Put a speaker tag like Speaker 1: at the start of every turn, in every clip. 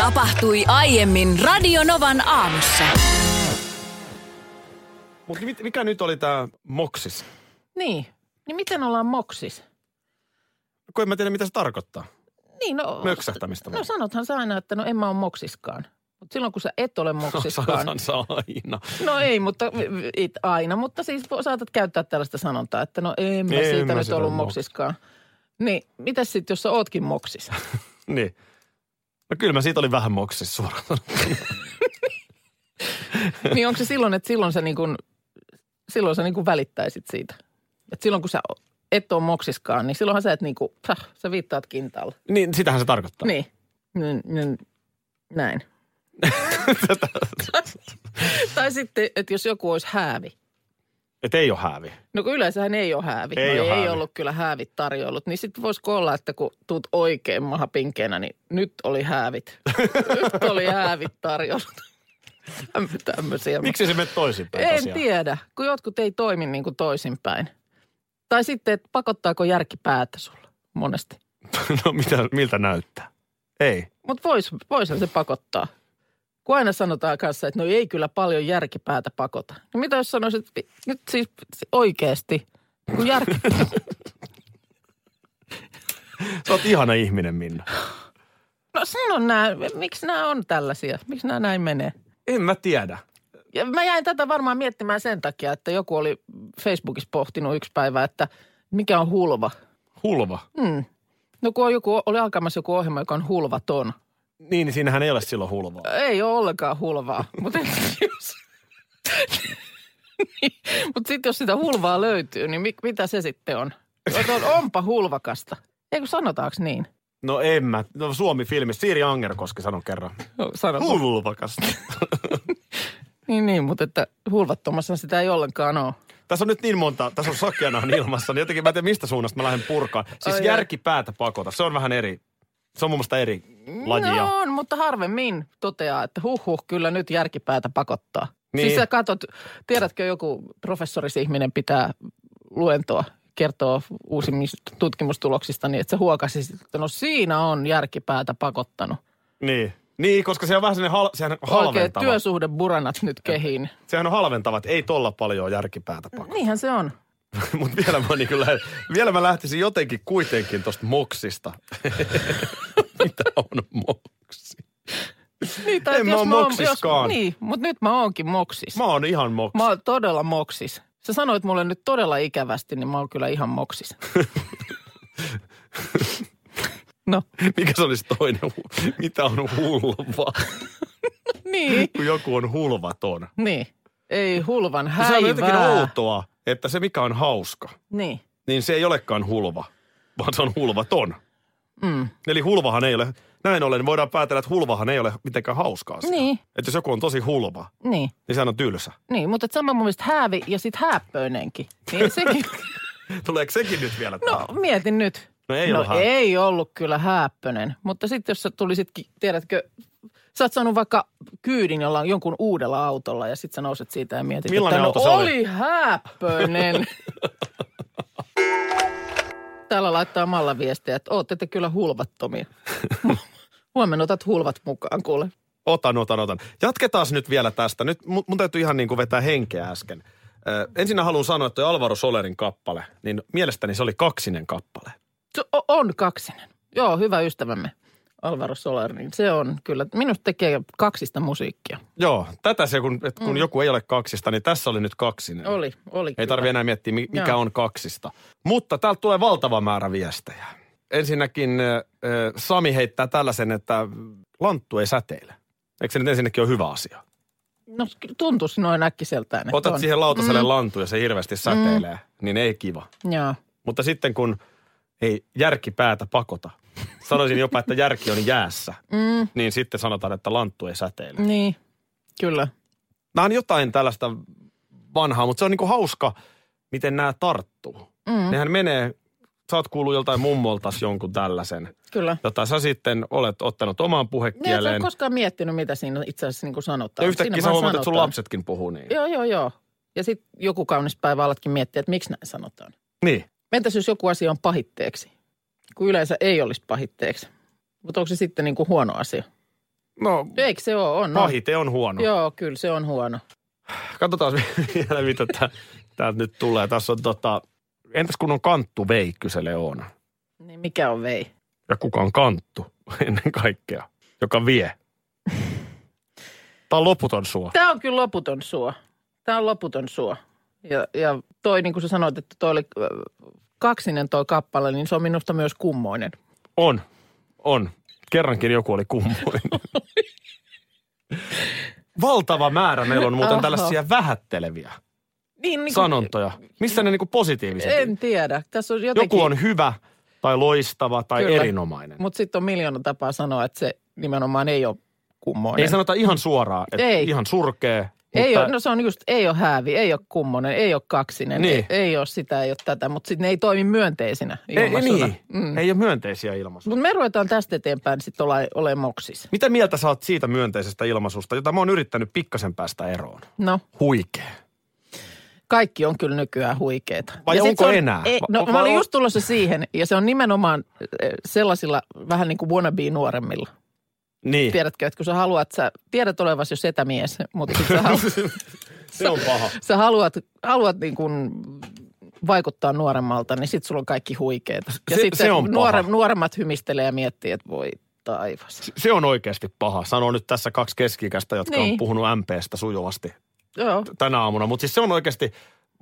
Speaker 1: Tapahtui aiemmin Radionovan aamussa.
Speaker 2: Mutta mikä nyt oli tämä moksis?
Speaker 3: Niin. Niin miten ollaan moksis?
Speaker 2: Kun en mä tiedä, mitä se tarkoittaa.
Speaker 3: Niin, no,
Speaker 2: Möksähtämistä vai?
Speaker 3: no sanothan sä aina, että no en mä ole moksiskaan. Mutta silloin kun sä et ole moksiskaan.
Speaker 2: No, Sanotaan niin. se aina.
Speaker 3: No ei, mutta it, aina, mutta siis vo- saatat käyttää tällaista sanontaa, että no en mä
Speaker 2: En
Speaker 3: siitä
Speaker 2: mä
Speaker 3: nyt
Speaker 2: sitä
Speaker 3: ollut
Speaker 2: ole
Speaker 3: moksiskaan. Niin, mitä sitten, jos sä ootkin moksis?
Speaker 2: Niin. No kyllä mä siitä olin vähän moksis suoraan. sanottuna.
Speaker 3: niin onko se silloin, että silloin sä, niin kuin, silloin sä niin kuin välittäisit siitä? Et silloin kun sä o- et ole moksiskaan, niin silloinhan sä et niin kuin, sä, sä viittaat kintaalla.
Speaker 2: Niin, sitähän se tarkoittaa.
Speaker 3: Niin. Niin, niin, Näin. tai sitten, että jos joku olisi häävi.
Speaker 2: Et ei ole häävi.
Speaker 3: No kun yleensähän ei ole häävi.
Speaker 2: Ei
Speaker 3: no,
Speaker 2: ole
Speaker 3: ei
Speaker 2: häävi.
Speaker 3: ollut kyllä häävit tarjollut. Niin sitten voisiko olla, että kun tuut oikein maha pinkeenä, niin nyt oli häävit. nyt oli häävit tarjollut. Täm- Tämmöisiä.
Speaker 2: Miksi se menee toisinpäin
Speaker 3: En
Speaker 2: tosiaan?
Speaker 3: tiedä, kun jotkut ei toimi niin kuin toisinpäin. Tai sitten, että pakottaako järki päätä sulla monesti.
Speaker 2: No mitä, miltä näyttää? Ei.
Speaker 3: Mutta vois, voishan se pakottaa. Kun aina sanotaan kanssa, että no ei kyllä paljon järkipäätä pakota. No mitä jos sanoisit, että vi- nyt siis oikeasti, kun järki...
Speaker 2: Sä oot ihana ihminen, Minna.
Speaker 3: No sano nämä, miksi nämä on tällaisia? Miksi nämä näin menee?
Speaker 2: En mä tiedä.
Speaker 3: Ja mä jäin tätä varmaan miettimään sen takia, että joku oli Facebookissa pohtinut yksi päivä, että mikä on hulva.
Speaker 2: Hulva.
Speaker 3: No kun on joku, oli alkamassa joku ohjelma, joka on hulvaton.
Speaker 2: Niin, niin siinähän ei ole silloin hulvaa.
Speaker 3: Ei ole ollenkaan hulvaa, mutta jos... Niin, Mut sitten jos sitä hulvaa löytyy, niin mi- mitä se sitten on? Oot- oot- Onpa hulvakasta. Eikö sanotaanko niin?
Speaker 2: No en mä. No Suomi-filmi. Siiri Angerkoski sanon kerran.
Speaker 3: Sanotaan.
Speaker 2: Hulvakasta.
Speaker 3: Niin, niin, mutta että hulvattomassa sitä ei ollenkaan ole.
Speaker 2: tässä on nyt niin monta, tässä on sakeana on ilmassa, niin jotenkin mä en tiedä mistä suunnasta mä lähden purkaan. Siis
Speaker 3: Ai, ai.
Speaker 2: järki päätä pakota, se on vähän eri, se on mun mielestä eri lajia.
Speaker 3: No on, mutta harvemmin toteaa, että huh huh, kyllä nyt järkipäätä pakottaa.
Speaker 2: Niin.
Speaker 3: Niin. Siis sä katot, tiedätkö joku professorisihminen pitää luentoa, kertoo uusimmista tutkimustuloksista, niin että sä huokasit, että no siinä on järkipäätä pakottanut.
Speaker 2: Niin. Niin, koska se on vähän sellainen hal, sehän on
Speaker 3: Oikein
Speaker 2: halventava.
Speaker 3: työsuhdeburanat nyt kehiin.
Speaker 2: Sehän on halventava, että ei tolla paljon järkipäätä pakota.
Speaker 3: Niinhän se on.
Speaker 2: Mutta vielä, mä niin kyllä, vielä mä lähtisin jotenkin kuitenkin tosta moksista. Mitä on moksi?
Speaker 3: Niin,
Speaker 2: En mä oo
Speaker 3: jos oon-
Speaker 2: moksiskaan.
Speaker 3: Jos, niin, mutta nyt mä oonkin moksis.
Speaker 2: Mä oon ihan moksi.
Speaker 3: Mä oon todella moksis. Sä sanoit mulle nyt todella ikävästi, niin mä oon kyllä ihan moksis. no,
Speaker 2: Mikä se olisi toinen? hu- Mitä on hulva?
Speaker 3: niin,
Speaker 2: Kun joku on hulvaton.
Speaker 3: niin. Ei hulvan
Speaker 2: No
Speaker 3: häivää.
Speaker 2: Se on jotenkin outoa, että se mikä on hauska,
Speaker 3: Niin,
Speaker 2: niin se ei olekaan hulva, vaan se on hulvaton.
Speaker 3: mm.
Speaker 2: Eli hulvahan ei ole, näin ollen voidaan päätellä, että hulvahan ei ole mitenkään hauska asia.
Speaker 3: Niin.
Speaker 2: Että jos joku on tosi hulva,
Speaker 3: niin,
Speaker 2: niin sehän on tylsä.
Speaker 3: niin. Mutta et sama mun mielestä häävi ja sit hääppöinenkin. Niin sekin,
Speaker 2: Tuleeko sekin nyt vielä
Speaker 3: no
Speaker 2: tähän?
Speaker 3: mietin nyt.
Speaker 2: No ei
Speaker 3: no
Speaker 2: ole hää-
Speaker 3: ei ollut kyllä hääppönen, mutta sitten jos sä tulisitkin, tiedätkö, sä oot saanut vaikka kyydin jollain jonkun uudella autolla ja sitten sä nouset siitä ja mietit,
Speaker 2: Millainen
Speaker 3: että
Speaker 2: auto se
Speaker 3: no,
Speaker 2: oli?
Speaker 3: oli hääppönen. Täällä laittaa Malla viestiä, että ootte te kyllä hulvattomia. Huomenna otat hulvat mukaan, kuule.
Speaker 2: Otan, otan, otan. Jatketaan nyt vielä tästä. Nyt mun, mun täytyy ihan niin kuin vetää henkeä äsken. Ö, ensinnä haluan sanoa, että toi Alvaro Solerin kappale, niin mielestäni se oli kaksinen kappale.
Speaker 3: Se o- on kaksinen. Joo, hyvä ystävämme Alvaro Soler, niin se on kyllä, minusta tekee kaksista musiikkia.
Speaker 2: Joo, tätä se, kun, et kun mm. joku ei ole kaksista, niin tässä oli nyt kaksinen.
Speaker 3: Oli, oli
Speaker 2: Ei
Speaker 3: kyllä.
Speaker 2: tarvi enää miettiä, mi- mikä
Speaker 3: Joo.
Speaker 2: on kaksista. Mutta täältä tulee valtava määrä viestejä. Ensinnäkin ö, ö, Sami heittää tällaisen, että lanttu ei säteile. Eikö se nyt ensinnäkin ole hyvä asia?
Speaker 3: No tuntuisi noin äkkiseltään. että
Speaker 2: Otat
Speaker 3: on.
Speaker 2: siihen lautaselle mm. lanttu ja se hirveästi säteilee, mm. niin ei kiva.
Speaker 3: Joo.
Speaker 2: Mutta sitten kun ei järki päätä pakota, Sanoisin jopa, että järki on jäässä. Mm. Niin sitten sanotaan, että lanttu ei säteile.
Speaker 3: Niin, kyllä.
Speaker 2: Nämä on jotain tällaista vanhaa, mutta se on niinku hauska, miten nämä tarttuu. Mm. Nehän menee, sä oot kuullut joltain mummoltas jonkun tällaisen,
Speaker 3: Kyllä.
Speaker 2: jota sä sitten olet ottanut omaan
Speaker 3: Ne et ole
Speaker 2: puhekieleen.
Speaker 3: Niin, koskaan miettinyt, mitä siinä itse asiassa niin sanotaan.
Speaker 2: Ja
Speaker 3: Siinä
Speaker 2: yhtäkkiä sä
Speaker 3: vaan
Speaker 2: huomaat, että sun
Speaker 3: sanotaan.
Speaker 2: lapsetkin puhuu niin.
Speaker 3: Joo, joo, joo. Ja sitten joku kaunis päivä alatkin miettiä, että miksi näin sanotaan.
Speaker 2: Niin.
Speaker 3: Entäs jos joku asia on pahitteeksi? Kun yleensä ei olisi pahitteeksi. Mutta onko se sitten niin kuin huono asia?
Speaker 2: No,
Speaker 3: Eikö se ole? On, on.
Speaker 2: pahite on huono.
Speaker 3: Joo, kyllä se on huono.
Speaker 2: Katsotaan vielä, mitä tää- täältä nyt tulee. Tässä on tota, entäs kun on kanttu vei, kyselee Oona.
Speaker 3: Niin mikä on vei?
Speaker 2: Ja kuka on kanttu ennen kaikkea, joka vie. Tämä on loputon sua.
Speaker 3: Tämä on kyllä loputon suo. Tämä on loputon suo. Ja, ja toi, niin kuin sä sanoit, että toi oli äh, kaksinen toi kappale, niin se on minusta myös kummoinen.
Speaker 2: On, on. Kerrankin joku oli kummoinen. Valtava määrä meillä on muuten
Speaker 3: Oho.
Speaker 2: tällaisia vähätteleviä
Speaker 3: Niin, niin kuin-
Speaker 2: sanontoja. Missä ne niinku positiiviset?
Speaker 3: En tiedä. Tässä on jotenkin...
Speaker 2: Joku on hyvä tai loistava tai
Speaker 3: Kyllä.
Speaker 2: erinomainen.
Speaker 3: Mutta sitten on miljoona tapaa sanoa, että se nimenomaan ei ole kummoinen.
Speaker 2: Ei sanota ihan suoraan, että
Speaker 3: Ei.
Speaker 2: ihan surkee.
Speaker 3: ei
Speaker 2: mutta
Speaker 3: ole, no se on just, ei ole häävi, ei ole kummonen, ei ole kaksinen,
Speaker 2: Niin.
Speaker 3: ei, ei ole sitä, ei ole tätä, mutta sitten ne ei toimi myönteisinä
Speaker 2: ei, ei,
Speaker 3: ilmaisuna.
Speaker 2: niin. mm. ei ole myönteisiä ilmaisuja.
Speaker 3: Mutta me ruvetaan tästä eteenpäin sitten ole, ole moksis.
Speaker 2: Mitä mieltä sä oot siitä myönteisestä ilmaisusta, jota mä oon yrittänyt pikkasen päästä eroon?
Speaker 3: No,
Speaker 2: Huikee.
Speaker 3: kaikki on kyllä nykyään huikeeta.
Speaker 2: Vai
Speaker 3: Ja sit
Speaker 2: onko
Speaker 3: se on,
Speaker 2: enää?
Speaker 3: Ei,
Speaker 2: Va-
Speaker 3: no
Speaker 2: va-
Speaker 3: mä olin
Speaker 2: on-
Speaker 3: just tulossa siihen, ja se on nimenomaan eh, sellaisilla vähän niin kuin wannabe-nuoremmilla.
Speaker 2: Niin,
Speaker 3: Tiedätkö, että kun sä haluat, sä tiedät olevasi jo setämies, mutta sit sä haluat,
Speaker 2: se on paha.
Speaker 3: sä haluat, haluat niin kuin vaikuttaa nuoremmalta, niin sit sulla on kaikki huikeeta. Ja
Speaker 2: Se-
Speaker 3: sitten
Speaker 2: se on paha.
Speaker 3: nuoremmat hymistelee ja miettii, että voi taivas.
Speaker 2: Se on oikeasti paha. Sano nyt tässä kaksi keskikäistä, jotka niin. on
Speaker 3: Niin.
Speaker 2: puhunut MPstä sujuvasti
Speaker 3: Joo,
Speaker 2: tänä aamuna. Mutta siis se on oikeasti,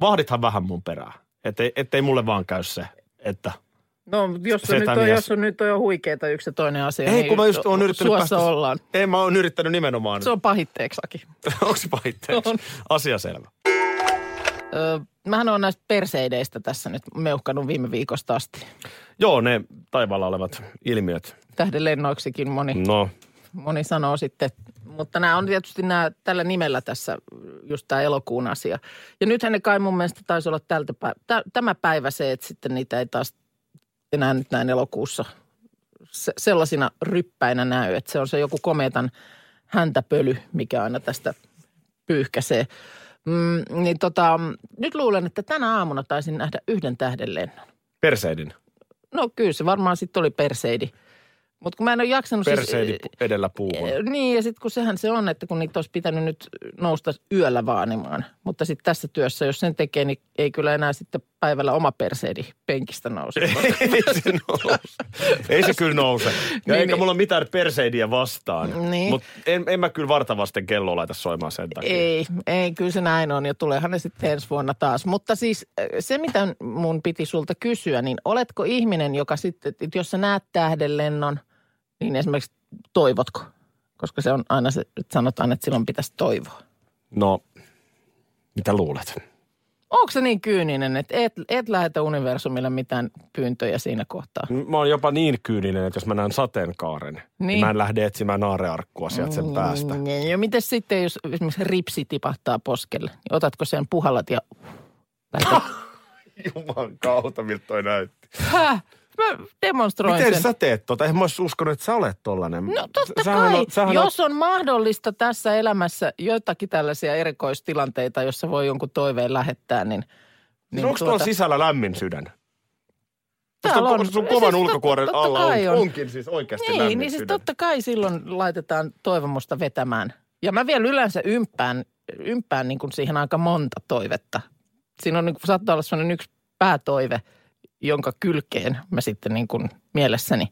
Speaker 2: vahdithan vähän mun perää. Ettei, ettei mulle vaan käy se, että
Speaker 3: no jos on, nyt on,
Speaker 2: Setämies.
Speaker 3: jos on nyt on jo huikeeta yksi ja toinen asia,
Speaker 2: Ei,
Speaker 3: niin
Speaker 2: kun mä just oon yrittänyt
Speaker 3: suossa
Speaker 2: päästä-
Speaker 3: ollaan.
Speaker 2: ei mä oon yrittänyt nimenomaan.
Speaker 3: Se on pahitteeksakin.
Speaker 2: Onko se pahitteeksi?
Speaker 3: On.
Speaker 2: Asia selvä.
Speaker 3: Öö, mähän on näistä perseideistä tässä nyt meuhkanut viime viikosta asti.
Speaker 2: Joo, ne taivaalla olevat ilmiöt.
Speaker 3: Tähden lennoiksikin moni, mm.
Speaker 2: No,
Speaker 3: moni sanoo sitten. Mutta nämä on tietysti nämä, tällä nimellä tässä just tämä elokuun asia. Ja nythän ne kai mun mielestä taisi olla tältä päivä, tä, tämä päivä se, että sitten niitä ei taas enää nyt näin elokuussa se, sellaisina ryppäinä näy. Että se on se joku kometan häntäpöly, mikä aina tästä pyyhkäsee. Mm, niin tota, nyt luulen, että tänä aamuna taisin nähdä yhden tähden lennon.
Speaker 2: perseidin.
Speaker 3: No kyllä se varmaan sitten oli perseidi. Mutta kun mä en ole jaksanut...
Speaker 2: Perseidi
Speaker 3: Siis,
Speaker 2: edellä puuhun.
Speaker 3: Eh, niin ja sitten kun sehän se on, että kun niitä olisi pitänyt nyt nousta yöllä vaanimaan. Mutta sitten tässä työssä, jos sen tekee, niin ei kyllä enää sitten päivällä oma perseidi penkistä nouse.
Speaker 2: Eh, Ei se nouse. Ei se kyllä nouse. Ja
Speaker 3: Niin,
Speaker 2: eikä
Speaker 3: niin.
Speaker 2: mulla mitään perseidiä vastaan.
Speaker 3: Niin.
Speaker 2: Mutta en, en mä kyllä vartavasten kello laita soimaan sen takia.
Speaker 3: ei, ei, kyllä se näin on ja tuleehan ne sitten ensi vuonna taas. Mutta siis eh, se, mitä mun piti sulta kysyä, niin oletko ihminen, joka sitten, että jos sä näet tähdenlennon, niin esimerkiksi toivotko? Koska se on aina se, että sanotaan, että silloin pitäisi toivoa.
Speaker 2: No, mitä luulet?
Speaker 3: Onko se niin kyyninen, että et, et lähetä universumille mitään pyyntöjä siinä kohtaa?
Speaker 2: Mä oon jopa niin kyyninen, että jos mä näen sateenkaaren, niin, niin
Speaker 3: Niin.
Speaker 2: mä en lähde etsimään aarearkkua sieltä sen päästä.
Speaker 3: Mm, Ja miten sitten, jos esimerkiksi ripsi tipahtaa poskelle, niin otatko sen puhallat ja...
Speaker 2: Juman kautta, miltä toi näytti.
Speaker 3: Häh? Mä demonstroin
Speaker 2: Miten
Speaker 3: sen.
Speaker 2: sä teet tota? En mä ois uskonut, että sä olet tollanen.
Speaker 3: No totta
Speaker 2: sähän
Speaker 3: kai,
Speaker 2: On, sähän
Speaker 3: jos on mahdollista tässä elämässä joitakin tällaisia erikoistilanteita, jossa voi jonkun toiveen lähettää, niin...
Speaker 2: on, onko tuolla sisällä lämmin sydän?
Speaker 3: tuota- Täällä
Speaker 2: Tuossa
Speaker 3: on.
Speaker 2: Sun
Speaker 3: Siis
Speaker 2: kovan
Speaker 3: totta-
Speaker 2: ulkokuoren
Speaker 3: totta
Speaker 2: alla
Speaker 3: kai
Speaker 2: on,
Speaker 3: on.
Speaker 2: onkin siis oikeasti
Speaker 3: Niin,
Speaker 2: lämmin
Speaker 3: niin siis
Speaker 2: sydän.
Speaker 3: totta kai silloin laitetaan toivomusta vetämään. Ja mä vielä yleensä ympään, ympään niin kuin siihen aika monta toivetta. Siinä on niin kuin, saattaa olla sellainen yksi päätoive, jonka kylkeen mä sitten niin kuin mielessäni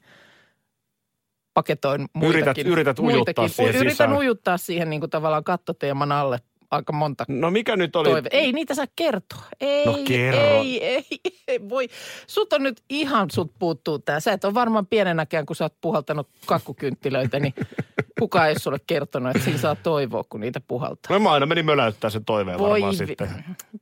Speaker 3: paketoin muitakin.
Speaker 2: Yrität- yrität ujuttaa
Speaker 3: muitakin.
Speaker 2: siihen
Speaker 3: Yritän
Speaker 2: sisään.
Speaker 3: ujuttaa siihen niin kuin tavallaan kattoteeman alle aika monta
Speaker 2: No mikä nyt oli?
Speaker 3: toive. Ei niitä saa kertoa. Ei,
Speaker 2: No kerro.
Speaker 3: Ei, ei, ei, voi. Sut on nyt ihan, sut puuttuu tää. Sä et ole varmaan pienenäkään, kun sä oot puhaltanut kakkukynttilöitä, niin kukaan ei ole sulle kertonut, että siinä saa toivoa, kun niitä puhaltaa.
Speaker 2: No mä aina menin möläyttää sen toiveen
Speaker 3: Voi
Speaker 2: No, varmaan
Speaker 3: vi-
Speaker 2: sitten.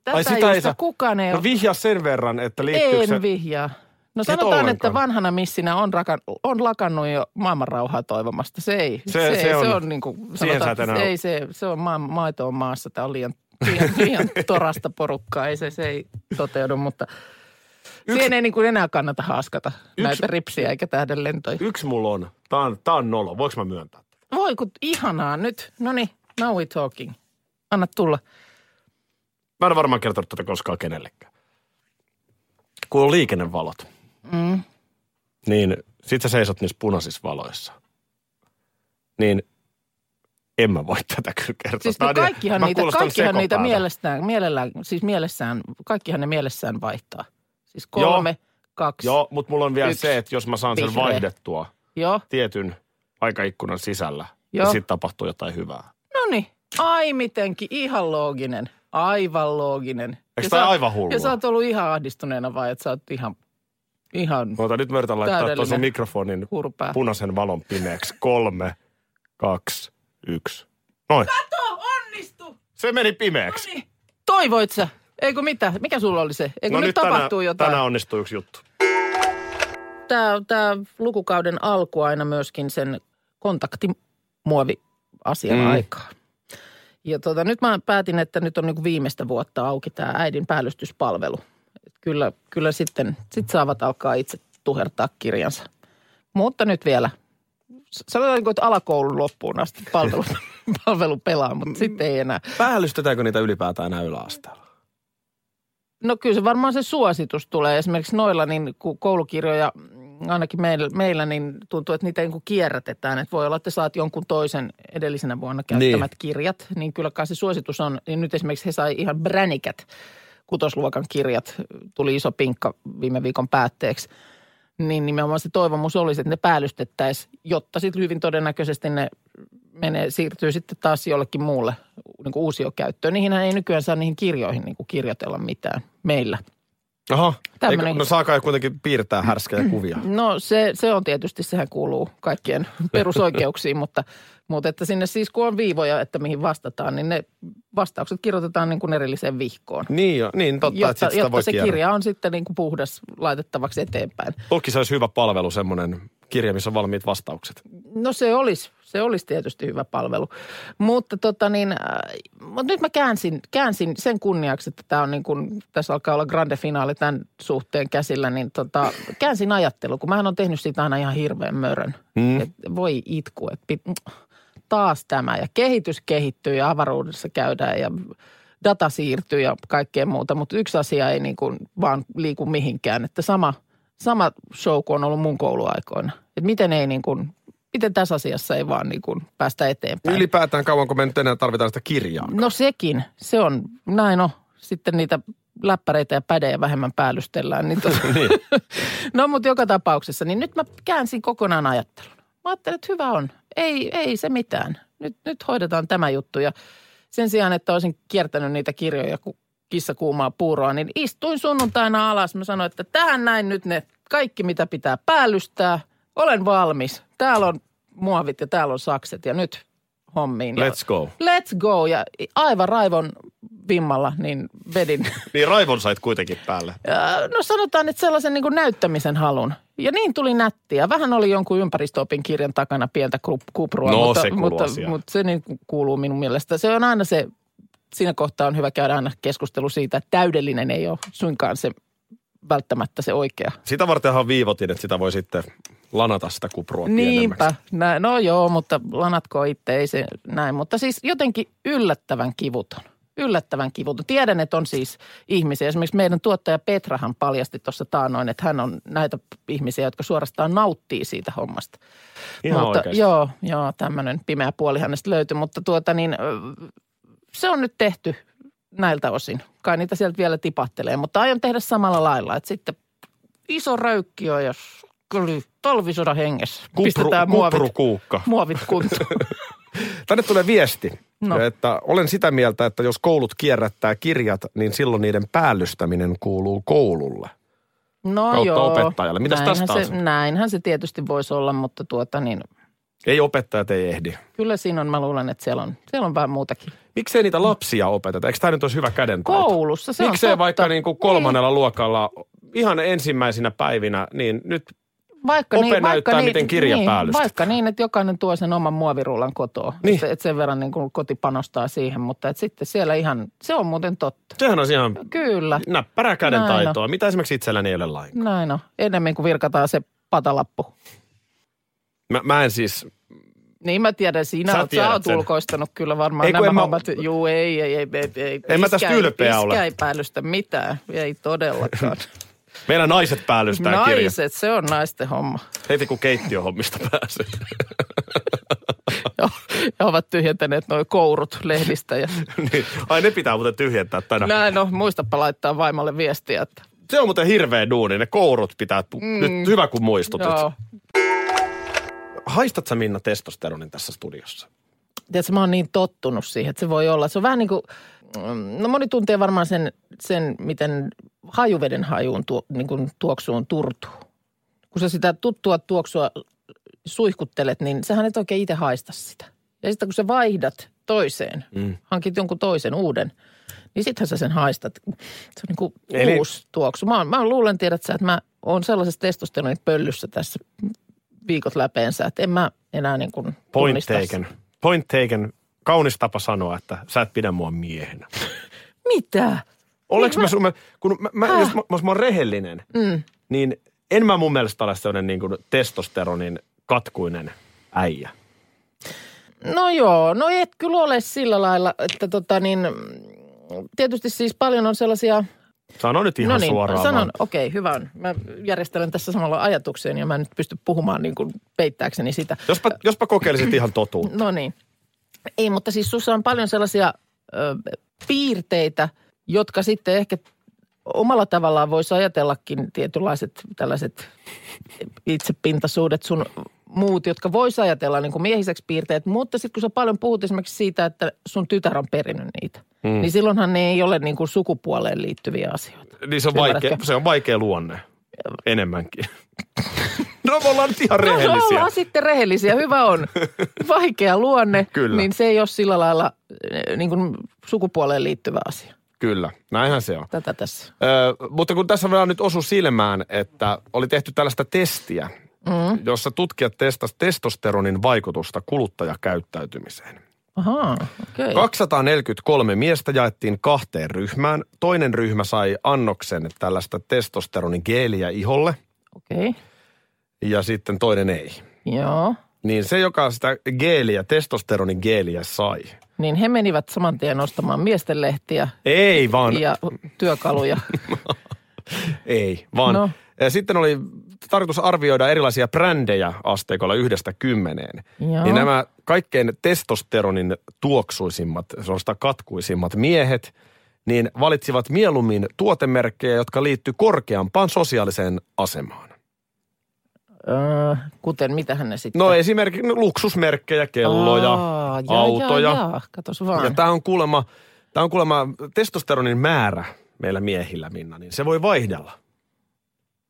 Speaker 3: Tätä Ai sitä ei saa. kukaan ei
Speaker 2: No
Speaker 3: ole.
Speaker 2: vihja sen verran, että liittyykö se...
Speaker 3: en vihjaa. No
Speaker 2: Et
Speaker 3: sanotaan, että
Speaker 2: ollenkaan.
Speaker 3: vanhana missinä on, rakan, on lakannut jo maailmanrauhaa toivomasta. Se ei.
Speaker 2: Se- se
Speaker 3: se
Speaker 2: on-
Speaker 3: on niin kuin,
Speaker 2: siihen sä
Speaker 3: sanotaan,
Speaker 2: et
Speaker 3: että
Speaker 2: enää
Speaker 3: se,
Speaker 2: ole.
Speaker 3: ei, se, se on maa, maito on maassa. Tämä on liian, liian, liian torasta porukkaa. Ei se, se ei toteudu, mutta Yksi... siihen ei niin kuin enää kannata haaskata Yksi... näitä ripsiä eikä tähden lentoja.
Speaker 2: Yksi mulla on. Tää on, tää on nolo. Voinko mä myöntää?
Speaker 3: Voi kun ihanaa nyt. No niin, now we talking. Anna tulla.
Speaker 2: Mä en ole varmaan kertonut tätä koskaan kenellekään. Kun on liikennevalot, mm. niin sit sä seisot niissä punaisissa valoissa. Niin en mä voi tätä kyllä kertoa.
Speaker 3: Siis
Speaker 2: Tää
Speaker 3: ne
Speaker 2: on ihan-
Speaker 3: kaikkihan
Speaker 2: mä
Speaker 3: niitä,
Speaker 2: kuulostan
Speaker 3: kaikkihan niitä
Speaker 2: sekopäältä.
Speaker 3: mielestään, mielellään, siis mielessään, kaikkihan ne mielessään vaihtaa. Siis kolme, kaksi,
Speaker 2: Joo, mutta mulla on vielä
Speaker 3: Yksi.
Speaker 2: se, että jos mä saan sen
Speaker 3: Vihreä.
Speaker 2: vaihdettua
Speaker 3: joo.
Speaker 2: tietyn aikaikkunan sisällä,
Speaker 3: Joo.
Speaker 2: niin sitten tapahtuu jotain hyvää.
Speaker 3: No niin, ai mitenkin, ihan looginen, aivan looginen. Ja
Speaker 2: tää
Speaker 3: sä-
Speaker 2: aivan hullua?
Speaker 3: Ja sä oot ollut ihan ahdistuneena vai, että sä oot ihan, ihan
Speaker 2: Mä otan nyt mä yritän laittaa tuossa
Speaker 3: Täydellinen.
Speaker 2: mikrofonin
Speaker 3: hurpää.
Speaker 2: punaisen valon pimeäksi. Kolme, kaksi, yksi. Noin.
Speaker 3: Kato, onnistu! No
Speaker 2: Se meni pimeäksi.
Speaker 3: Niin. Toivoit sä? Eikö mitä? Mikä sulla oli se? Eikö nyt, tapahtuu
Speaker 2: No tänään,
Speaker 3: jotain?
Speaker 2: tänään onnistuu yksi juttu.
Speaker 3: tämä, tämä lukukauden alku aina myöskin sen kontaktimuoviasian mm.
Speaker 2: Mm.
Speaker 3: aikaa. Ja tota, nyt mä päätin, että nyt on niin viimeistä vuotta auki tämä äidin päällystyspalvelu. Et Kyllä, kyllä sitten sit saavat alkaa itse tuhertaa kirjansa. Mutta nyt vielä, s- sanotaanko, että alakoulun loppuun asti palvelu, palvelu pelaa, mutta sitten ei enää.
Speaker 2: Päällystetäänkö niitä ylipäätään enää yläasteella?
Speaker 3: No kyllä se varmaan se suositus tulee. Esimerkiksi noilla niin kun koulukirjoja, mm, ainakin meillä, meillä niin tuntuu, että niitä niin kuin kierrätetään. Että voi olla, että saat jonkun toisen edellisenä vuonna käyttämät niin. kirjat. Niin kyllä kai se suositus on. Ja nyt esimerkiksi he sai ihan bränikät kutosluokan kirjat. Tuli iso pinkka viime viikon päätteeksi. Niin nimenomaan se toivomus olisi, että ne päällystettäisiin, jotta sitten hyvin todennäköisesti ne menee, siirtyy sitten taas jollekin muulle niin kuin uusiokäyttöön. Niihinhän ei nykyään saa niihin kirjoihin niin kuin kirjoitella mitään meillä.
Speaker 2: Aha.
Speaker 3: Tämmönen-
Speaker 2: Eikö, no saakaa kuitenkin piirtää härskejä kuvia.
Speaker 3: No se, se on tietysti, sehän kuuluu kaikkien perusoikeuksiin, mutta, mutta että sinne siis kun on viivoja, että mihin vastataan, niin ne vastaukset kirjoitetaan niin kuin erilliseen vihkoon.
Speaker 2: niin, jo, niin totta, että
Speaker 3: Jotta,
Speaker 2: sit sitä
Speaker 3: jotta
Speaker 2: voi
Speaker 3: se
Speaker 2: kierrä.
Speaker 3: kirja on sitten niin kuin puhdas laitettavaksi eteenpäin.
Speaker 2: Toki se olisi hyvä palvelu, semmoinen kirja, missä on valmiit vastaukset.
Speaker 3: No se olisi, se olisi tietysti hyvä palvelu. Mutta tota niin, äh, mut nyt mä käänsin, käänsin sen kunniaksi, että tämä on niin kuin, tässä alkaa olla grande finaali tämän suhteen käsillä, niin tota, käänsin ajattelu, kun mähän on tehnyt siitä aina ihan hirveän mörön. Mm. Et voi itku, että pit, taas tämä ja kehitys kehittyy ja avaruudessa käydään ja data siirtyy ja kaikkea muuta, mutta yksi asia ei niin kuin vaan liiku mihinkään, että sama, sama show kuin on ollut mun kouluaikoina. Että miten ei niin kuin, miten tässä asiassa ei vaan niin kuin päästä eteenpäin.
Speaker 2: Ylipäätään kauanko me nyt enää tarvitaan sitä kirjaa?
Speaker 3: No sekin, se on, näin on. Sitten niitä läppäreitä ja pädejä vähemmän päällystellään. Niin tota. no mutta joka tapauksessa, niin nyt mä käänsin kokonaan ajattelun. Mä ajattelin, että hyvä on. Ei, ei se mitään. Nyt, nyt hoidetaan tämä juttu ja sen sijaan, että olisin kiertänyt niitä kirjoja kuin kissa kuumaa puuroa, niin istuin sunnuntaina alas. Mä sanoin, että tähän näin nyt ne kaikki, mitä pitää päällystää. Olen valmis. Täällä on muovit ja täällä on sakset ja nyt hommiin. Ja-
Speaker 2: Let's go.
Speaker 3: Let's go ja aivan raivon vimmalla niin vedin.
Speaker 2: Niin raivon sait kuitenkin päälle.
Speaker 3: Ää, No sanotaan, että sellaisen niin kuin näyttämisen halun. Ja niin tuli nättiä. Vähän oli jonkun ympäristöopin kirjan takana pientä kru- kuprua,
Speaker 2: No,
Speaker 3: mutta,
Speaker 2: se kuuluu
Speaker 3: mutta,
Speaker 2: asiaan.
Speaker 3: mutta se niin kuin kuuluu minun mielestä. Se on aina se, siinä kohtaa on hyvä käydä aina keskustelu siitä, että täydellinen ei ole suinkaan se välttämättä se oikea.
Speaker 2: Sitä vartenhan viivotin, että sitä voi sitten lanata sitä kuprua
Speaker 3: Niinpä.
Speaker 2: pienemmäksi.
Speaker 3: Nä, no joo, mutta lanatko itse, ei se näin. Mutta siis jotenkin yllättävän kivuton. Yllättävän kivuton. Tiedän, että on siis ihmisiä. Esimerkiksi meidän tuottaja Petrahan paljasti tuossa taanoin, että hän on näitä ihmisiä, jotka suorastaan nauttii siitä hommasta.
Speaker 2: Ihan
Speaker 3: mutta,
Speaker 2: oikeasti.
Speaker 3: Joo, joo tämmöinen pimeä puoli hänestä löytyi, mutta tuota niin, ö, se on nyt tehty näiltä osin. Kai niitä sieltä vielä tipattelee, mutta aion tehdä samalla lailla, että sitten iso röykkiö ja s- kyllä talvisodan hengessä.
Speaker 2: Kupru,
Speaker 3: Pistetään muovit,
Speaker 2: kuprukuukka.
Speaker 3: muovit kuntoon.
Speaker 2: Tänne tulee viesti,
Speaker 3: No.
Speaker 2: no. että olen sitä mieltä, että jos koulut kierrättää kirjat, niin silloin niiden päällystäminen kuuluu koululle.
Speaker 3: No
Speaker 2: Kautta
Speaker 3: joo.
Speaker 2: opettajalle. Mitäs
Speaker 3: näinhän
Speaker 2: tästä on
Speaker 3: se,
Speaker 2: sanottu?
Speaker 3: näinhän se tietysti voisi olla, mutta tuota niin,
Speaker 2: Ei opettajat ei ehdi.
Speaker 3: kyllä siinä on, mä luulen, että siellä on, siellä on vähän muutakin.
Speaker 2: Miksei niitä lapsia opeteta? Eikö tämä nyt olisi hyvä kädentaito?
Speaker 3: Koulussa, se on
Speaker 2: Miksei
Speaker 3: totta.
Speaker 2: vaikka niin kuin kolmannella niin. luokalla ihan ensimmäisinä päivinä, niin nyt
Speaker 3: Vaikka
Speaker 2: Ope näyttää, miten kirja
Speaker 3: niin,
Speaker 2: päällystetään.
Speaker 3: Vaikka niin, että jokainen tuo sen oman muovirullan kotoa.
Speaker 2: Niin.
Speaker 3: Niin. Että, että sen verran niin kuin koti panostaa siihen, mutta että sitten siellä ihan, se on muuten totta.
Speaker 2: sehän on ihan
Speaker 3: Kyllä,
Speaker 2: näppärää käden
Speaker 3: Näin on. No.
Speaker 2: taitoa, mitä esimerkiksi itselläni ei ole lainkaan.
Speaker 3: näin on. Enemmän kuin virkataan se patalappu.
Speaker 2: Mä, mä en siis,
Speaker 3: Niin mä tiedän, sinä
Speaker 2: Sä
Speaker 3: oot, sä
Speaker 2: tiedät
Speaker 3: oot
Speaker 2: sen.
Speaker 3: ulkoistanut kyllä varmaan
Speaker 2: Ei,
Speaker 3: ei,
Speaker 2: kun en
Speaker 3: nämä
Speaker 2: mä-
Speaker 3: hommat. Mä... Juu, ei, ei, ei, ei, ei.
Speaker 2: En mä tästä
Speaker 3: Iskä ei-
Speaker 2: ylpeä ole.
Speaker 3: Iskä ei päällystä mitään, ei todellakaan.
Speaker 2: meillä naiset päällystää kirja.
Speaker 3: Naiset, se on naisten homma.
Speaker 2: Heti kun keittiöhommista pääsee.
Speaker 3: Joo, He ovat tyhjentäneet nuo kourut lehdistä. Ja...
Speaker 2: niin. Ai ne pitää muuten tyhjentää tänä.
Speaker 3: Näin, no muistapa laittaa vaimolle viestiä, että
Speaker 2: Se on muuten hirveä duuni, ne kourut pitää, mm. nyt hyvä kun muistutit.
Speaker 3: joo.
Speaker 2: Haistat sä Minna testosteronin tässä studiossa?
Speaker 3: Tiedätkö, mä oon niin tottunut siihen, että se voi olla. Se on vähän niin kuin, mm, no moni tuntee varmaan sen, sen miten hajuveden hajuun tuo, niin kuin tuoksuun turtuu. Kun sä sitä tuttua tuoksua suihkuttelet, niin sähän et oikein itse haista sitä. Ja sitten kun sä vaihdat toiseen, mm. hankit jonkun toisen uuden, niin sittenhän sä sen haistat. Se on niin kuin
Speaker 2: Eli-
Speaker 3: Eli... uusi tuoksu. Mä, oon- mä luulen, tiedät sä, että mä oon sellaisessa testosteronin pöllyssä tässä viikot läpeensä, että en mä enää niin kuin
Speaker 2: Point
Speaker 3: tunnista
Speaker 2: taken. Point taken. Kaunis tapa sanoa, että sä et pidä mua miehenä.
Speaker 3: Mitä?
Speaker 2: Olenko mä, sun, mä, kun mä, mä, jos, mä, jos mä oon rehellinen, mm. niin en mä mun mielestä ole sellainen niin kuin testosteronin katkuinen äijä.
Speaker 3: No joo, no et kyllä ole sillä lailla, että tota niin, mm, tietysti siis paljon on sellaisia...
Speaker 2: Sano nyt ihan
Speaker 3: no niin,
Speaker 2: suoraan.
Speaker 3: sanon,
Speaker 2: vaan.
Speaker 3: okei, okay, hyvä on. Mä järjestelen tässä samalla ajatukseen ja mä en nyt pysty puhumaan niin kuin peittääkseni sitä.
Speaker 2: Jospa, jospa kokeilisit ihan totuutta.
Speaker 3: No niin. Ei, mutta siis sussa on paljon sellaisia ö, piirteitä, jotka sitten ehkä omalla tavallaan voisi ajatellakin tietynlaiset tällaiset itsepintaisuudet sun muut, jotka voisi ajatella niin kuin miehiseksi piirteet, mutta sitten kun sä paljon puhut esimerkiksi siitä, että sun tytär on perinnyt niitä, mm. niin silloinhan ne ei ole niin kuin sukupuoleen liittyviä asioita.
Speaker 2: Niin se on, vaikea,
Speaker 3: Ymmärrätkö?
Speaker 2: se on vaikea luonne. Enemmänkin. no me ollaan nyt ihan
Speaker 3: No se
Speaker 2: rehellisiä.
Speaker 3: ollaan sitten rehellisiä, hyvä on. Vaikea luonne,
Speaker 2: Kyllä.
Speaker 3: niin se ei ole sillä lailla ö, niin kuin sukupuoleen liittyvä asia.
Speaker 2: Kyllä, näinhän se on.
Speaker 3: Tätä tässä.
Speaker 2: Ö, mutta kun tässä vielä nyt osu silmään, että oli tehty tällaista testiä, mm. jossa tutkijat testasivat testosteronin vaikutusta kuluttajakäyttäytymiseen.
Speaker 3: Ahaa, okei. Okay.
Speaker 2: 243 miestä jaettiin kahteen ryhmään. Toinen ryhmä sai annoksen tällaista testosteronin geeliä iholle
Speaker 3: Okei, okay.
Speaker 2: ja sitten toinen ei.
Speaker 3: joo.
Speaker 2: Niin se, joka sitä geeliä, testosteronin geeliä sai.
Speaker 3: Niin he menivät saman tien ostamaan miesten lehtiä
Speaker 2: Ei vaan,
Speaker 3: ja työkaluja.
Speaker 2: ei vaan. No.
Speaker 3: No.
Speaker 2: Sitten oli tarkoitus arvioida erilaisia brändejä asteikolla yhdestä kymmeneen.
Speaker 3: Joo.
Speaker 2: Niin nämä kaikkein testosteronin tuoksuisimmat, suorastaan katkuisimmat miehet, niin valitsivat mieluummin tuotemerkkejä, jotka liittyy korkeampaan sosiaaliseen asemaan.
Speaker 3: öö, kuten mitähän ne sitten?
Speaker 2: No esimerkiksi no, luksusmerkkejä, kelloja,
Speaker 3: Aa, jaa,
Speaker 2: autoja.
Speaker 3: Jaa, jaa. Katos
Speaker 2: Ja
Speaker 3: vaan.
Speaker 2: tämä on, kuulemma, tämä on kuulemma testosteronin määrä meillä miehillä, Minna, niin se voi vaihdella.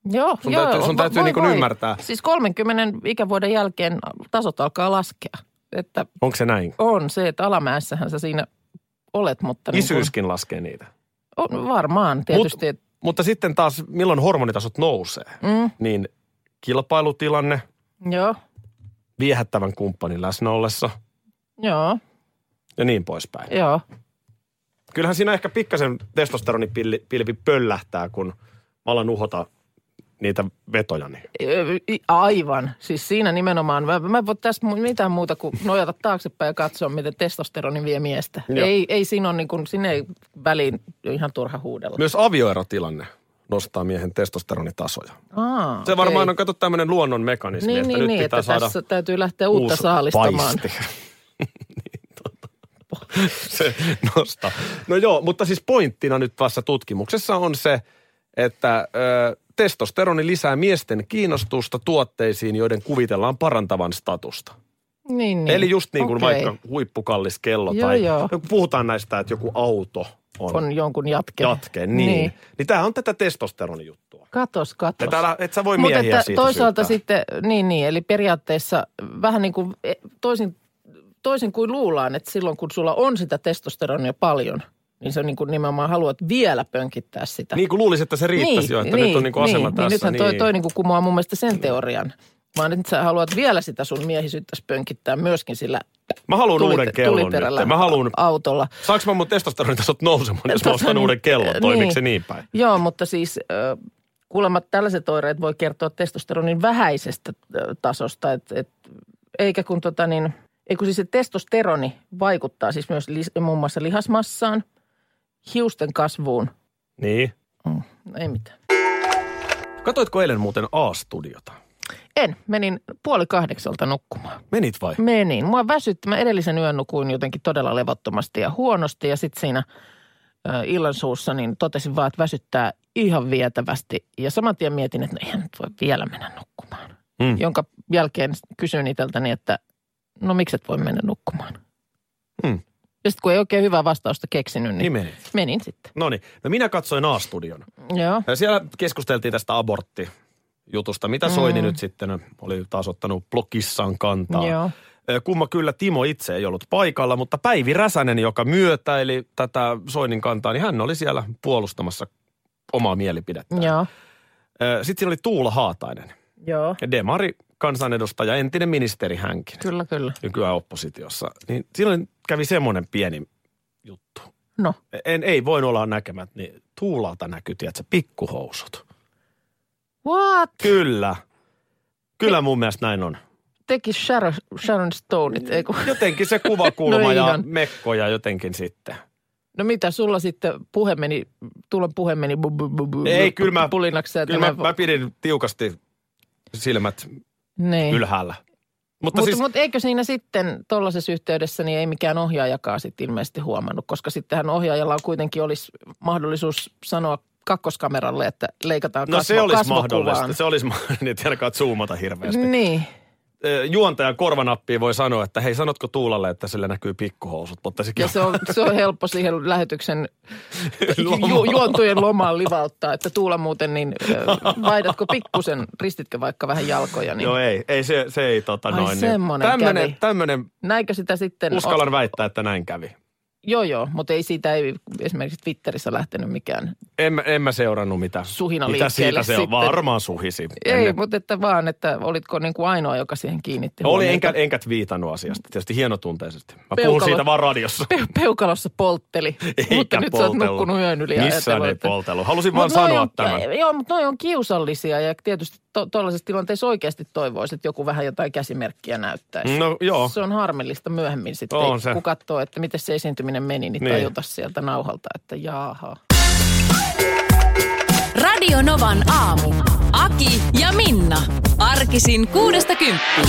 Speaker 3: joo,
Speaker 2: sun
Speaker 3: joo,
Speaker 2: täytyy- sun täytyy
Speaker 3: voi,
Speaker 2: niin kuin
Speaker 3: voi.
Speaker 2: ymmärtää.
Speaker 3: Siis 30 ikävuoden jälkeen tasot alkaa laskea. Että
Speaker 2: Onko se näin?
Speaker 3: on se, että alamäessähän sä siinä olet, mutta... niin kuin-
Speaker 2: Isyyskin laskee niitä.
Speaker 3: on, varmaan tietysti. Mut,
Speaker 2: Mutta sitten taas, milloin hormonitasot nousee,
Speaker 3: mm,
Speaker 2: niin kilpailutilanne,
Speaker 3: joo,
Speaker 2: viehättävän kumppanin läsnä ollessa
Speaker 3: joo,
Speaker 2: ja niin poispäin.
Speaker 3: joo.
Speaker 2: Kyllähän siinä ehkä pikkasen testosteronipilvi pöllähtää, kun mä alan uhota niitä vetoja. niin.
Speaker 3: Ö, i- Aivan. Siis siinä nimenomaan. Mä, mä en voi tässä mu- mitään muuta kuin nojata taaksepäin ja katsoa, miten testosteroni vie miestä.
Speaker 2: Joo.
Speaker 3: Ei, ei siinä on niin kuin, sinne ei väliin ihan turha huudella.
Speaker 2: Myös avioerotilanne nostaa miehen testosteronitasoja.
Speaker 3: Aa,
Speaker 2: Se varmaan
Speaker 3: okei.
Speaker 2: on, kato, tämmöinen luonnon mekanismi,
Speaker 3: Niin,
Speaker 2: että
Speaker 3: niin,
Speaker 2: nyt
Speaker 3: niin
Speaker 2: pitää
Speaker 3: että
Speaker 2: saada
Speaker 3: tässä täytyy lähteä uutta
Speaker 2: uusi
Speaker 3: saalistamaan.
Speaker 2: paisti. Niin, tota. se nostaa. No joo, mutta siis pointtina nyt tässä tutkimuksessa on se, että ö, testosteroni lisää miesten kiinnostusta tuotteisiin, joiden kuvitellaan parantavan statusta.
Speaker 3: Niin, niin.
Speaker 2: Eli just niin kuin
Speaker 3: Okei.
Speaker 2: vaikka huippukallis kello
Speaker 3: Joo,
Speaker 2: tai
Speaker 3: joo.
Speaker 2: no, puhutaan näistä, että joku auto on,
Speaker 3: On jonkun jatke.
Speaker 2: jatke. Niin. niin. Niin tämä on tätä testosteronijuttua.
Speaker 3: Katos, katos.
Speaker 2: Ja täällä, et sä voi
Speaker 3: Mutta
Speaker 2: miehiä
Speaker 3: että
Speaker 2: siitä
Speaker 3: toisaalta
Speaker 2: syyttää.
Speaker 3: sitten, niin niin, eli periaatteessa vähän niin kuin e, toisin, toisin kuin luullaan, että silloin kun sulla on sitä testosteronia paljon, niin se niin kuin nimenomaan haluat vielä pönkittää sitä.
Speaker 2: Niin kuin luulisi, että se riittäisi jo, että nyt on niin kuin asema
Speaker 3: niin,
Speaker 2: tässä.
Speaker 3: Niin nythän toi,
Speaker 2: niin.
Speaker 3: toi niin kuin kumoaa mun mielestä sen teorian. Vaan nyt sä haluat vielä sitä sun miehisyyttäsi pönkittää myöskin sillä
Speaker 2: Mä haluan
Speaker 3: tulite-
Speaker 2: uuden kellon
Speaker 3: tuliperällä
Speaker 2: nyt. Mä haluan,
Speaker 3: autolla.
Speaker 2: saanko mä mun testosteronitasot nousemaan, jos mä
Speaker 3: Tota,
Speaker 2: ostan uuden kellon?
Speaker 3: niin.
Speaker 2: Toimiiko se niin päin?
Speaker 3: Joo, mutta siis ö, kuulemma tällaiset oireet voi kertoa testosteronin vähäisestä ö, tasosta, et, et, eikä kun tota niin, ei kun siis se testosteroni vaikuttaa siis myös lis, muun muassa lihasmassaan, hiusten kasvuun.
Speaker 2: Niin.
Speaker 3: Mm, no ei mitään.
Speaker 2: Katoitko eilen muuten A-studiota?
Speaker 3: En, menin puoli kahdeksalta nukkumaan.
Speaker 2: Menit vai?
Speaker 3: Menin. Mua väsytti. Mä edellisen yön nukuin jotenkin todella levottomasti ja huonosti ja sitten siinä ö, illan suussa niin totesin vaan, että väsyttää ihan vietävästi. Ja saman tien mietin, että no eihän nyt voi vielä mennä nukkumaan.
Speaker 2: Mm.
Speaker 3: Jonka jälkeen kysyin itseltäni, että no miksi et voi mennä nukkumaan?
Speaker 2: Mm.
Speaker 3: Ja sitten kun ei oikein hyvää vastausta keksinyt, niin
Speaker 2: Niin menit.
Speaker 3: menin sitten.
Speaker 2: No niin, no minä katsoin A-studion.
Speaker 3: Joo.
Speaker 2: Ja Siellä keskusteltiin tästä aborttijutusta. Mitä
Speaker 3: Mm.
Speaker 2: Soini nyt sitten oli taas ottanut blogissaan kantaa?
Speaker 3: Joo.
Speaker 2: Ö, Kumma kyllä Timo itse ei ollut paikalla, mutta Päivi Räsänen, joka myötäili tätä Soinin kantaa, niin hän oli siellä puolustamassa omaa mielipidettä.
Speaker 3: Joo.
Speaker 2: Sitten siinä oli Tuula Haatainen,
Speaker 3: Joo.
Speaker 2: demari kansanedustaja, entinen ministeri hänkin,
Speaker 3: Kyllä, kyllä.
Speaker 2: nykyään oppositiossa. Niin silloin kävi semmoinen pieni juttu.
Speaker 3: No,
Speaker 2: En, ei voin olla näkemät, niin Tuulalta näkyy, tiedätkö, pikkuhousut.
Speaker 3: what?
Speaker 2: Kyllä. Kyllä mun mielestä näin on.
Speaker 3: Teki Sharon, Sharon Stoneit, ei kun.
Speaker 2: Jotenkin se kuvakulma
Speaker 3: No
Speaker 2: no ja
Speaker 3: ihan.
Speaker 2: mekko ja jotenkin sitten.
Speaker 3: No mitä, sulla sitten puhe meni, tulla puhe meni bu, bu, bu, bu,
Speaker 2: Ei, kyllä mä-
Speaker 3: pulinaksi ja
Speaker 2: Kyllä mä,
Speaker 3: tänään-
Speaker 2: mä pidin tiukasti silmät
Speaker 3: niin.
Speaker 2: ylhäällä. Mutta
Speaker 3: Mutta
Speaker 2: siis,
Speaker 3: siis... mut eikö siinä sitten tuollaisessa yhteydessä niin ei mikään ohjaajakaan sitten ilmeisesti huomannut, koska sittenhän ohjaajalla on kuitenkin olisi mahdollisuus sanoa kakkoskameralle, että leikataan
Speaker 2: no se
Speaker 3: kasvo-
Speaker 2: olisi
Speaker 3: kasvokuvaan.
Speaker 2: mahdollista. Se olisi mahdollista, että ainakaan zoomata hirveästi.
Speaker 3: Niin,
Speaker 2: Ö, Äh, Juontajan korvanappiin voi sanoa, että hei sanotko Tuulalle, että sillä näkyy pikkuhousut, mutta sekin
Speaker 3: ja se on, se on helppo siihen lähetyksen ju, juontujen lomaan livauttaa, että Tuula muuten niin ö, vaihdatko pikkusen, ristitkö vaikka vähän jalkoja, niin
Speaker 2: Joo ei, ei se, se ei tota
Speaker 3: Ai,
Speaker 2: noin.
Speaker 3: semmonen
Speaker 2: tämmönen,
Speaker 3: kävi.
Speaker 2: tämmönen,
Speaker 3: näinkö sitä sitten...
Speaker 2: uskallan väittää, että näin kävi.
Speaker 3: Joo, joo, mutta ei siitä ei esimerkiksi Twitterissä lähtenyt mikään.
Speaker 2: En, mä- en mä seurannut mitä.
Speaker 3: Suhina
Speaker 2: mitä siitä
Speaker 3: liikkeelle
Speaker 2: se on?
Speaker 3: sitten.
Speaker 2: Varmaan suhisi.
Speaker 3: Ei,
Speaker 2: En-
Speaker 3: mutta että vaan, että olitko niin kuin ainoa, joka siihen kiinnitti
Speaker 2: Oli,
Speaker 3: huomiota.
Speaker 2: enkä, enkä viitannut asiasta. Tietysti hienotunteisesti. Mä puhun
Speaker 3: Peukalo-
Speaker 2: siitä vaan radiossa.
Speaker 3: Pe- peukalossa poltteli,
Speaker 2: Eikä
Speaker 3: mutta nyt sä oot
Speaker 2: poltellut.
Speaker 3: nukkunut yön yli. ja
Speaker 2: Missään
Speaker 3: ajatellut,
Speaker 2: ei
Speaker 3: että-
Speaker 2: poltellut. Halusin
Speaker 3: Mut
Speaker 2: vaan
Speaker 3: noi
Speaker 2: sanoa
Speaker 3: on,
Speaker 2: tämän.
Speaker 3: Joo, mutta noi on kiusallisia ja tietysti to- tuollaisessa tilanteessa oikeasti toivoisi, että joku vähän jotain käsimerkkiä näyttäisi.
Speaker 2: No joo.
Speaker 3: Se on harmillista myöhemmin sitten,
Speaker 2: On se.
Speaker 3: kun katsoo, että miten se esiintyminen meni, niin,
Speaker 2: Niin.
Speaker 3: niin. tajuta sieltä nauhalta, että jaaha.
Speaker 1: Radio Novan aamu. Aki ja Minna. Arkisin kuudesta kymppiin.